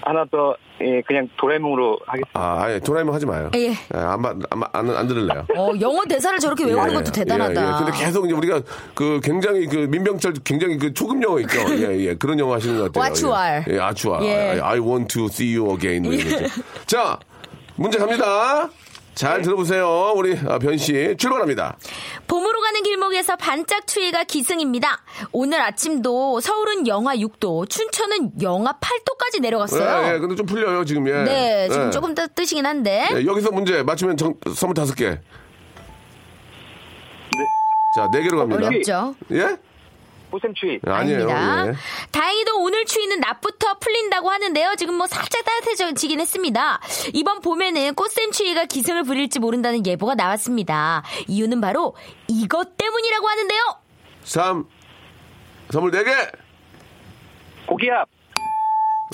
하나 더 예, 그냥 도라에몽으로 하겠습니다. 아, 아예 도라에몽 하지 마요. 예. 안, 봐- 안, 봐- 안, 안 들을래요. 어, 영어 대사를 저렇게 예, 외우는 것도 대단하다. 예, 예. 근데 계속 이제 우리가 그 굉장히 그 민병철 굉장히 그 초급 영어 있죠. 예, 예. 그런 영어 하시는 것 같아요. What you 예. are. 예, what you are. 예. I want to see you again. 뭐 이런 거죠. 자, 문제 갑니다. 잘 들어보세요. 우리 아, 변 씨. 출발합니다. 봄으로 가는 길목에서 반짝 추위가 기승입니다. 오늘 아침도 서울은 영하 6도, 춘천은 영하 8도까지 내려갔어요. 예, 예, 근데 좀 풀려요, 지금. 예. 네, 지금 예. 조금 더 뜨시긴 한데. 예, 여기서 문제 맞추면 정, 선물 다섯 개. 자, 네 개로 갑니다. 어렵죠? 예? 호샘추위. 아니에요. 아닙니다. 예. 다행히도 오늘 추위는 낮부터 풀린다고 하는데요. 지금 뭐 살짝 따뜻해지긴 했습니다. 이번 봄에는 꽃샘 추위가 기승을 부릴지 모른다는 예보가 나왔습니다. 이유는 바로 이것 때문이라고 하는데요. 3. 선물 네개 고기압.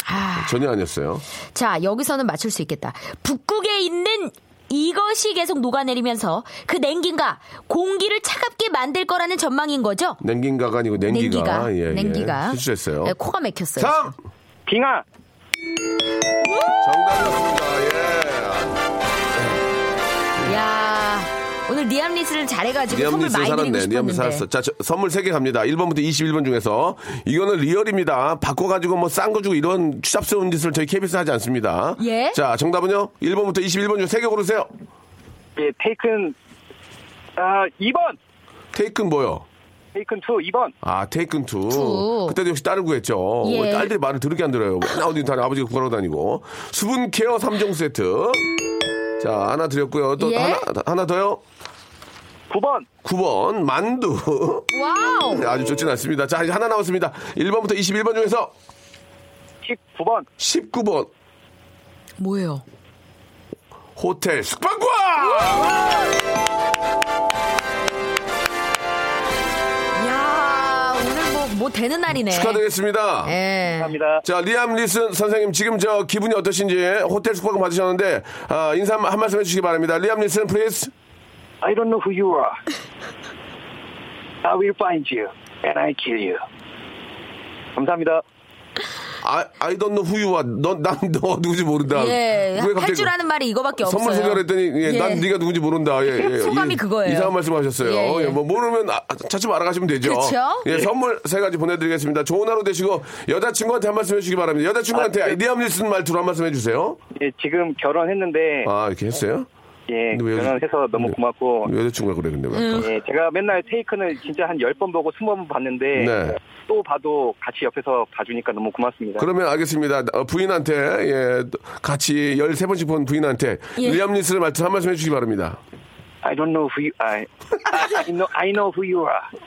아, 전혀 아니었어요. 자, 여기서는 맞출 수 있겠다. 북극에 있는 이것이 계속 녹아내리면서 그 냉기가 공기를 차갑게 만들 거라는 전망인 거죠. 냉긴가가 아니고 냉기가. 냉기가, 예, 예. 냉기가 실수했어요. 네, 코가 막혔어요. 3. 빙하. 정답이었습니다. 예. 야 오늘 리암 리스를 잘해가지고 리암 선물 니스 많이 드리고 살았네. 싶었는데. 리암 니스 살았어. 자, 저- 선물 세 개 갑니다. 1번부터 21번 중에서. 이거는 리얼입니다. 바꿔가지고 뭐 싼 거 주고 이런 추잡스러운 짓을 저희 KBS 하지 않습니다. 예. 자, 정답은요? 1번부터 21번 중에 세 개 고르세요. 예, 테이큰 아 2번. 테이큰 뭐요? 테이큰 2 2번. 아, 테이큰 투. 투. 그때도 역시 딸을 구했죠. 예. 왜 딸들이 말을 들을게 안 들어요. 맨날 어디 다 아버지가 구하러 다니고. 수분 케어 3종 세트. 자, 하나 드렸고요. 또 예. 하나, 하나 더요. 9번. 9번, 만두. 와우. 아주 좋진 않습니다. 자, 이제 하나 남았습니다. 1번부터 21번 중에서 19번. 19번. 뭐예요? 호텔 예. 숙박권! 야 오늘 뭐, 뭐 되는 날이네. 축하드리겠습니다. 예. 감사합니다. 자, 리암 리슨 선생님, 지금 저 기분이 어떠신지 호텔 숙박권 받으셨는데, 아, 인사 한, 한 말씀 해주시기 바랍니다. 리암 리슨, 플리즈. I don't know who you are. I will find you and I kill you. 감사합니다. I, 아, I don't know who you are. 넌난너 아, 누군지 모른다. 예, 왜 할 갑자기 줄 아는 말이 이거밖에 없어요. 선물 소개를 했더니 예, 난 네가 누군지 모른다. 예, 예. 소감이 이- 그거예요. 이상한 말씀하셨어요. 예, 예. 예, 뭐 모르면 아, 차츰 알아가시면 되죠. 그쵸? 예, 선물 세 가지 보내드리겠습니다. 좋은 하루 되시고 여자친구한테 한 말씀 해주시기 바랍니다. 여자친구한테 리암 닐슨 말투로 한 말씀 해주세요. 예, 지금 결혼했는데 아 이렇게 했어요? 예, 근데 왜 요즘- 결혼해서 너무 네. 고맙고 여자친구가 그래 근데 왜 음. 아까. 예, 제가 맨날 테이크는 진짜 한 10번 보고 20번 봤는데 네. 또 봐도 같이 옆에서 봐주니까 너무 고맙습니다. 그러면 알겠습니다. 어, 부인한테 예, 같이 13번씩 본 부인한테 예. 리암 닐슨 말투 한 말씀 해주시기 바랍니다. I don't know who you are. I know, I know who you are.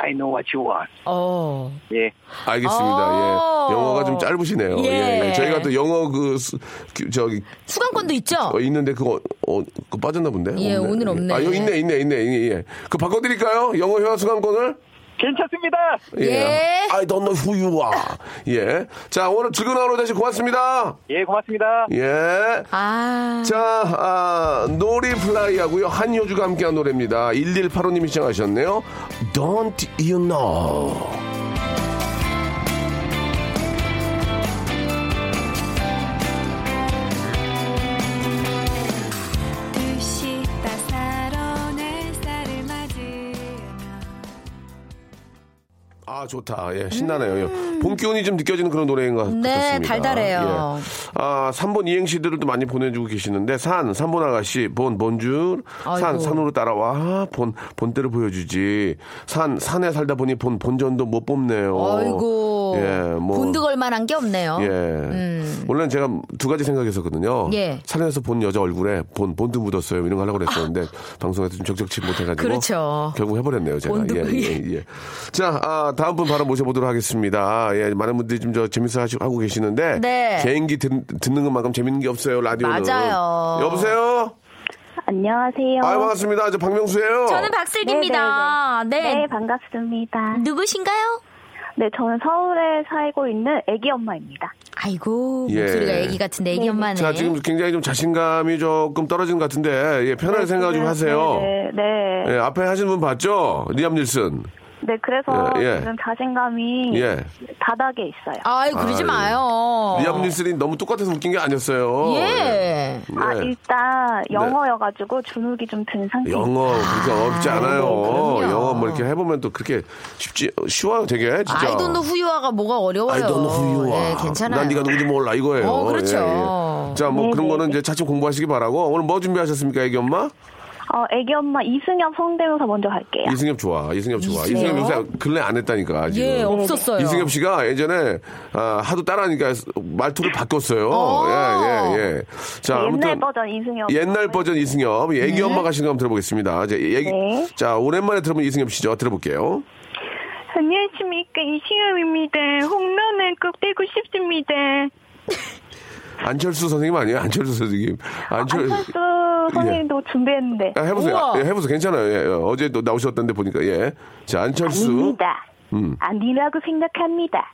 I know what you want. 어. 예. 알겠습니다. 어. 예. 영어가 좀 짧으시네요. 예. 예. 예. 저희가 또 영어 그 수- 그 저기 수강권도 있죠? 어, 있는데 그거 어, 그거 빠졌나 본데. 예, 오늘 없네. 아, 여기 있네, 있네, 있네. 예, 예. 그 바꿔 드릴까요? 영어 회화 수강권을? 괜찮습니다. 예. I don't know who you are. 예. 자, 오늘 즐거운 하루 되시 고맙습니다. 예, 고맙습니다. 예. 아. 자, 아, 노리플라이하고요. 한효주가 함께한 노래입니다. 1185님이 시청하셨네요. Don't you know. 두시 따사로운 쌀을 맞으며 아 좋다 예 신나네요 예. 봄 기운이 좀 느껴지는 그런 노래인 것 네, 같습니다 달달해요. 예. 아 3번 이행시들을 또 많이 보내주고 계시는데 산 3번 아가씨 본 본줄 산 아이고. 산으로 따라와 본 본때를 보여주지 산 산에 살다 보니 본 본전도 못 뽑네요 어이고. 예뭐 본드걸 만한 게 없네요. 예. 원래는 제가 두 가지 생각했었거든요. 어? 음. 예. 산에서 본 여자 얼굴에 본 본드 묻었어요. 이런 거 하려고 그랬었는데 방송에서 좀 적적치 못해가지고 아. 그렇죠. 결국 해버렸네요. 제가 본드, 예, 예, 예. 자 아, 다음 분 바로 모셔보도록 하겠습니다. 예, 많은 분들이 좀 저 재밌어 하시, 하고 계시는데 네. 개인기 듣, 듣는 것만큼 재밌는 게 없어요. 라디오는 맞아요. 어. 여보세요. 안녕하세요. 아 반갑습니다. 저 박명수예요. 저는 박슬기입니다. 네. 네, 반갑습니다. 누구신가요? 네, 저는 서울에 살고 있는 아기 엄마입니다. 아이고, 예. 목소리가 애기 같은 애기 엄마네. 자 지금 굉장히 좀 자신감이 조금 떨어진 것 같은데 예, 편하게 생각 좀 하세요. 네, 네. 네, 예, 앞에 하신 분 봤죠? 리암 닐슨. 네, 그래서 예, 예. 지금 자신감이 예. 바닥에 있어요. 아이, 그러지 아유. 마요. 리암 닐슨이 너무 똑같아서 웃긴 게 아니었어요. 어. 예. 아, 예. 일단 영어여가지고 주눅이 좀 든 상태. 영어 그렇게 어렵지 않아요. 그럼요. 영어 뭐 이렇게 해보면 또 그렇게 쉽지 쉬워요 되게 진짜. 아이돈노 후유화가 뭐가 어려워요. I don't know who you are. 네, 괜찮아요. 난 네가 누군지 몰라 이거예요. 어, 그렇죠. 자, 뭐 네, 그런 네, 거는 네. 이제 차츰 공부하시기 바라고. 오늘 뭐 준비하셨습니까, 애기 엄마? 어, 아기 엄마 이승엽 성대모사 먼저 갈게요. 이승엽 좋아. 이승엽 좋아. 이승엽? 이승엽 요새 근래 안 했다니까 지금. 예, 네, 없었어요. 이승엽 씨가 예전에 아, 하도 따라하니까 말투를 바꿨어요. 어. 예, 예, 예. 자, 옛날 뭐 아무튼 버전 이승엽. 네. 옛날 버전 이승엽, 애기 엄마 가신 거 한번 들어보겠습니다. 이제 애기, 네. 자, 오랜만에 들어본 이승엽 씨죠. 들어볼게요. 안녕하십니까, 이승엽입니다. 홈런을 꼭 떼고 싶습니다. 안철수 선생님 아니에요? 안철수 선생님. 안철, 안철수 예. 선생님도 준비했는데. 아, 해보세요. 우와. 아, 예, 해보세요. 괜찮아요. 예, 예. 어제 또 나오셨던데 보니까, 예. 자, 안철수. 아닙니다. 음. 아니라고 생각합니다.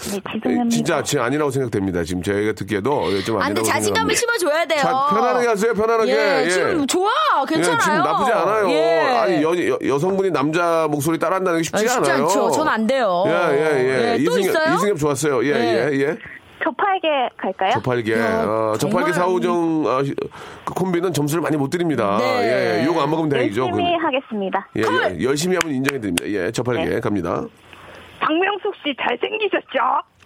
네, 예, 죄송합니다. 진짜, 지금 아니라고 생각됩니다. 지금 저희가 듣기에도 예, 좀 안 돼, 아니라고 자신감을 생각합니다. 심어줘야 돼요. 자, 편안하게 하세요, 편안하게. 예, 예. 지금 좋아, 예, 괜찮아요. 지금 나쁘지 않아요. 예. 아니 여, 성분이 남자 목소리 따라한다는 게 쉽지 아니, 쉽지 않아요. 않죠. 전안 돼요. 예, 예, 예. 예, 또 있어요? 이승엽 좋았어요. 예, 예. 예, 예. 네. 저팔계 갈까요? 저팔계. 야, 어, 정말. 저팔계 사우정 어, 그 콤비는 점수를 많이 못 드립니다. 네. 예, 욕 안 먹으면 다행이죠. 열심히 그건. 하겠습니다. 예, 예, 열심히 하면 인정해 드립니다. 예, 저팔계 갑니다. 박명숙 씨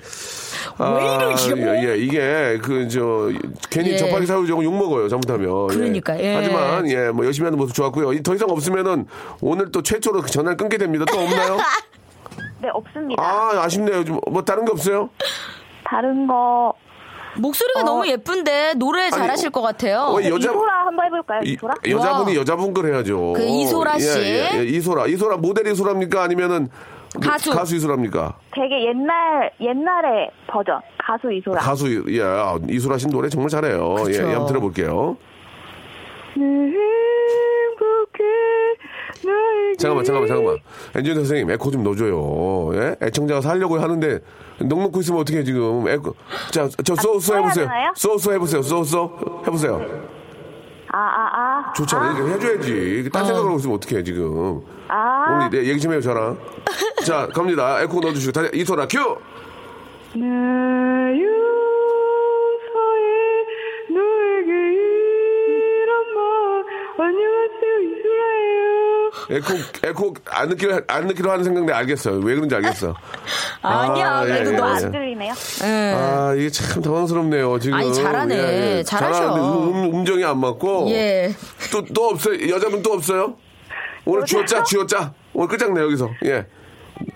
잘생기셨죠? 왜 이러시고? 예, 예, 이게 그 저 괜히 예. 저팔계 사우정 욕 먹어요. 잘못하면. 예. 그러니까, 예. 하지만 예, 뭐 열심히 하는 모습 좋았고요. 이더 이상 없으면은 오늘 또 최초로 그 전화를 끊게 됩니다. 또 없나요? 네, 없습니다. 아, 아쉽네요. 좀뭐 다른 게 없어요? 다른 거. 목소리가 어. 너무 예쁜데 노래 잘하실 것 같아요. 어, 여자 이소라 한번 해볼까요? 이- 이소라? 여자분이 와. 여자분 걸 해야죠. 그 이소라 씨? 예, 예, 예, 이소라, 이소라 모델 이소라입니까 아니면은 누- 가수. 가수 이소라입니까? 되게 옛날, 옛날의 버전. 가수 이소라. 가수 이- 예, 아, 이소라 씨 노래 정말 잘해요. 예, 그쵸. 예, 한번 들어볼게요. 잠깐만, 잠깐만, 잠깐만. 엔지니어 선생님, 에코 좀 넣어줘요. 예? 애청자가 살려고 하는데, 넋 놓고 있으면 어떻게 지금, 에코. 자, 저, 쏘, 쏘 해보세요. 하나요? 쏘, 쏘 해보세요. 쏘, 쏘. 해보세요. 아, 아, 아. 좋잖아. 이렇게 해줘야지. 이렇게 아. 딴 생각을 하고 있으면 어떡해, 지금. 아, 어? 오늘 내 얘기 좀 해요, 저랑. 자, 갑니다. 에코 넣어주시고. 다시 이소라 큐! 내 유서에 너에게 이런 말 안녕하세요 이수라예요 에코 에코 안 듣기로 안 듣기로 하는 생각인데 알겠어요. 왜 그런지 알겠어. 아니야, 아, 그래도 예, 너 예. 안 들리네요. 아 이게 참 당황스럽네요 지금. 예, 아니, 잘하네. 잘하셔. 잘하는데 음, 정이안 맞고. 예. 또 또 없어요. 여자분 또 없어요? 오늘 쥐어짜 쥐어짜 오늘 끝장내 여기서 예.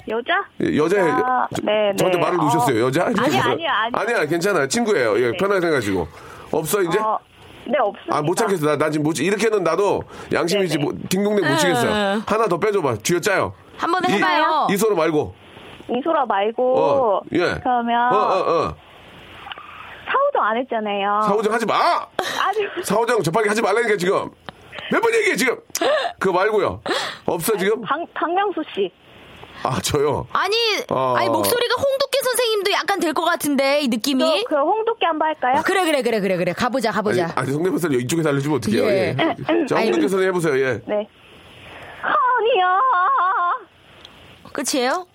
여자? 예, 여자 아, 저- 네, 네. 저한테 말을 놓으셨어요 어. 여자 아니 아니 아니. 아니야 괜찮아요 친구예요 예, 편하게 생각하시고 없어 이제 네. 어, 네 없습니다. 아 못 참겠어 나, 나 지금 못 치- 이렇게는 나도 양심이지 뭐, 딩동댕 못 치겠어요 네. 하나 더 빼줘봐 쥐어짜요 한 번에 해봐요. 이, 소로 말고 이소라 말고 예. 그러면 어어어 사우정 안 했잖아요. 사오정 하지 마 어. 아니 사오정 저밖에 하지 말라니까 지금 몇 번 얘기해 지금 그거 말고요 없어 지금 강 박명수 씨. 아 저요 아니, 어. 아니 목소리가 홍두깨 선생님도 약간 될 것 같은데 이 느낌이. 그 홍두깨 한번 아, 할까요? 그래 그래 그래 그래 그래 가보자 가보자. 아니, 아니 성대모사 이쪽에서 알려주면 어떡해요 예. 예. 자 아이고. 홍준표 선생님 해보세요 예 네. 허니야. 끝이에요?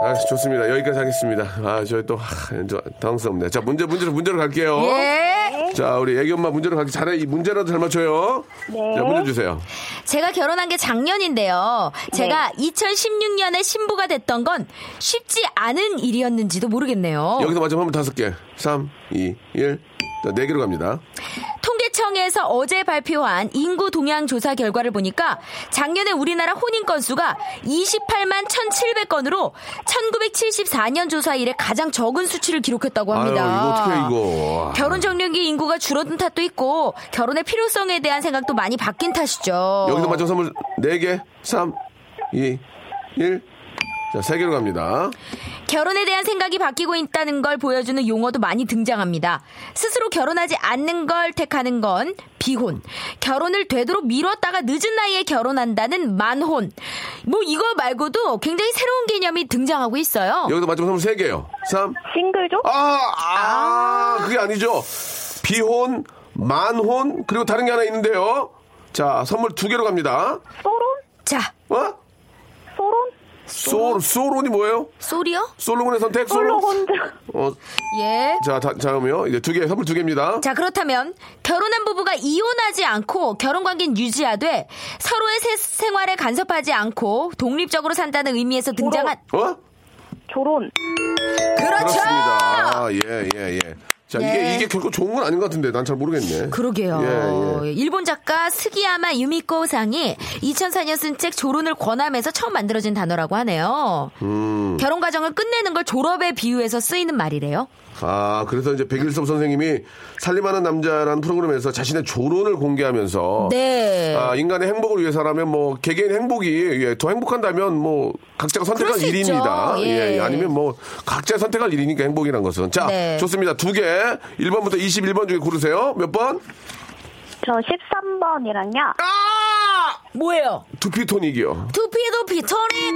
아, 좋습니다. 여기까지 하겠습니다. 아, 저희 또, 하, 저, 당황스럽네요. 자, 문제, 문제로, 문제로 갈게요. 예. 자, 우리 애기 엄마 문제로 갈게. 잘해. 이 문제라도 잘 맞춰요. 네. 자, 문제 주세요. 제가 결혼한 게 작년인데요. 제가 2016년에 신부가 됐던 건 쉽지 않은 일이었는지도 모르겠네요. 여기서 맞으면 한번 다섯 개. 3, 2, 1. 자, 네 개로 갑니다. 통계청에서 어제 발표한 인구 동향 조사 결과를 보니까 작년에 우리나라 혼인 건수가 28만 1,700건으로 1974년 조사 이래 가장 적은 수치를 기록했다고 합니다. 아유, 이거 어떻게 이거. 와. 결혼 적령기 인구가 줄어든 탓도 있고 결혼의 필요성에 대한 생각도 많이 바뀐 탓이죠. 여기서 맞춰 선물 네 개. 3, 2, 1. 자, 세 개로 어. 갑니다. 결혼에 대한 생각이 바뀌고 있다는 걸 보여주는 용어도 많이 등장합니다. 스스로 결혼하지 않는 걸 택하는 건 비혼. 결혼을 되도록 미뤘다가 늦은 나이에 결혼한다는 만혼. 뭐 이거 말고도 굉장히 새로운 개념이 등장하고 있어요. 여기서 맞으면 선물 세 개요. 3. 싱글족? 아, 아, 그게 아니죠. 비혼, 만혼, 그리고 다른 게 하나 있는데요. 자, 선물 두 개로 갑니다. 자, 어? 소론? 소, 론이 뭐예요? 소리요? 솔로몬의 선택, 솔로. 어, 예. 자, 다, 다음이요. 이제 두 개, 선물 두 개입니다. 자, 그렇다면 결혼한 부부가 이혼하지 않고 결혼 관계는 유지하되 서로의 새- 생활에 간섭하지 않고 독립적으로 산다는 의미에서 등장한 어? 결혼. 그렇죠. 그렇습니다. 아, 예, 예, 예. 자, 예. 이게, 이게 결코 좋은 건 아닌 것 같은데, 난 잘 모르겠네. 그러게요. 예, 예. 일본 작가 스기야마 유미코상이 2004년 쓴 책 조론을 권하면서 처음 만들어진 단어라고 하네요. 음. 결혼 과정을 끝내는 걸 졸업에 비유해서 쓰이는 말이래요. 아, 그래서 이제 백일섭 선생님이 살림하는 남자라는 프로그램에서 자신의 조론을 공개하면서 네. 아, 인간의 행복을 위해서라면 뭐 개개인 행복이 예, 더 행복한다면 뭐 각자가 선택할 그럴 수 일입니다. 있죠. 예. 예, 아니면 뭐 각자 가 선택할 일이니까 행복이란 것은. 자, 네. 좋습니다. 두 개. 1번부터 21번 중에 고르세요. 몇 번? 저 13번이랑요. 뭐예요? 두피 토닉이요. 두피도 비토리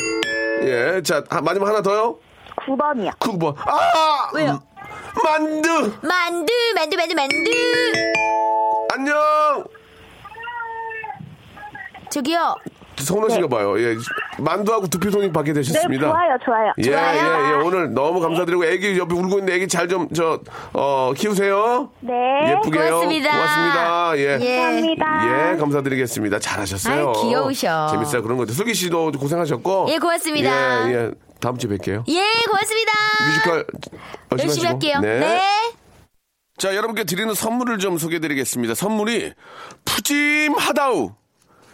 예. 자, 하- 마지막 하나 더요. 9번이요. 9번. 아! 왜요? 만두! 만두 만두 만두 만두 안녕! 저기요 성훈 씨가 봐요. 예. 만두하고 두피 토닉 받게 되셨습니다. 네, 좋아요, 좋아요. 예, 예, 예. 오늘 너무 감사드리고 애기 옆에 울고 있는데 애기 잘 좀, 저, 어, 키우세요. 네. 예쁘게요. 고맙습니다. 고맙습니다. 예. 예. 감사합니다. 예, 감사드리겠습니다. 잘하셨어요. 아유, 귀여우셔. 재밌어요. 그런 것들. 슬기 씨도 고생하셨고. 예, 고맙습니다. 예, 예. 다음 주에 뵐게요. 예 고맙습니다. 뮤지컬 열심히, 열심히 하시고. 할게요. 네. 자, 여러분께 드리는 선물을 좀 소개해드리겠습니다. 선물이 푸짐하다우.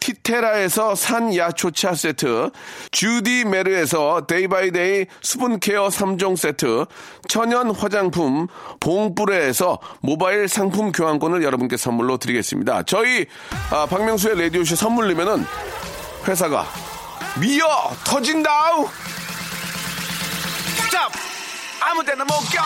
티테라에서 산야초차 세트, 주디 메르에서 데이바이데이 수분케어 3종 세트, 천연 화장품 봉뿌레에서 모바일 상품 교환권을 여러분께 선물로 드리겠습니다. 저희 아, 박명수의 라디오쇼 선물 내면은 회사가 미어 터진다우! 짭! 아무 데나 못 껴!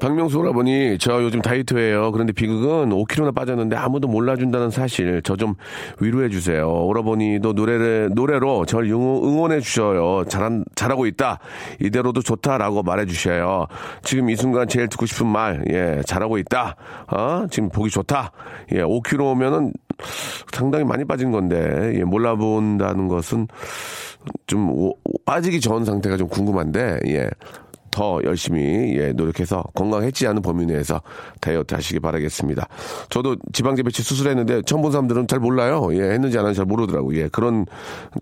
박명수 오라버니 저 요즘 다이어트해요. 그런데 비극은 5kg나 빠졌는데 아무도 몰라준다는 사실 저 좀 위로해 주세요. 오라버니도 노래를 노래로 절 응원해 주셔요. 잘한 잘하고 있다. 이대로도 좋다라고 말해 주셔요. 지금 이 순간 제일 듣고 싶은 말 예 잘하고 있다. 어 지금 보기 좋다. 예 5kg면은 상당히 많이 빠진 건데 예, 몰라본다는 것은 좀 오- 오- 빠지기 전 상태가 좀 궁금한데 예. 더 열심히 예, 노력해서 건강했지 않은 범위 내에서 다이어트 하시기 바라겠습니다. 저도 지방제 배치 수술했는데 처음 본 사람들은 잘 몰라요. 예, 했는지 안 했는지 잘 모르더라고요. 예, 그런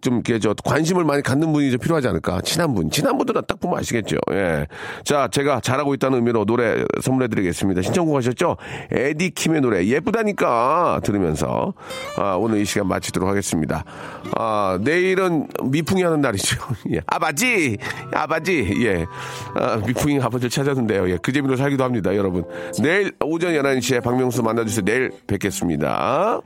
좀 이렇게 저 관심을 많이 갖는 분이 좀 필요하지 않을까. 친한 분, 친한 분들은 딱 보면 아시겠죠. 예. 자, 제가 잘하고 있다는 의미로 어, 노래 선물해드리겠습니다. 신청곡 하셨죠? 에디킴의 노래 예쁘다니까 들으면서 아, 오늘 이 시간 마치도록 하겠습니다. 아, 내일은 미풍이 하는 날이죠. 예. 아버지, 아버지, 예. 아, 미풍이 아버지를 찾았는데요. 예. 그 재미로 살기도 합니다, 여러분. 내일 오전 11시에 박명수 만나주세요. 내일 뵙겠습니다.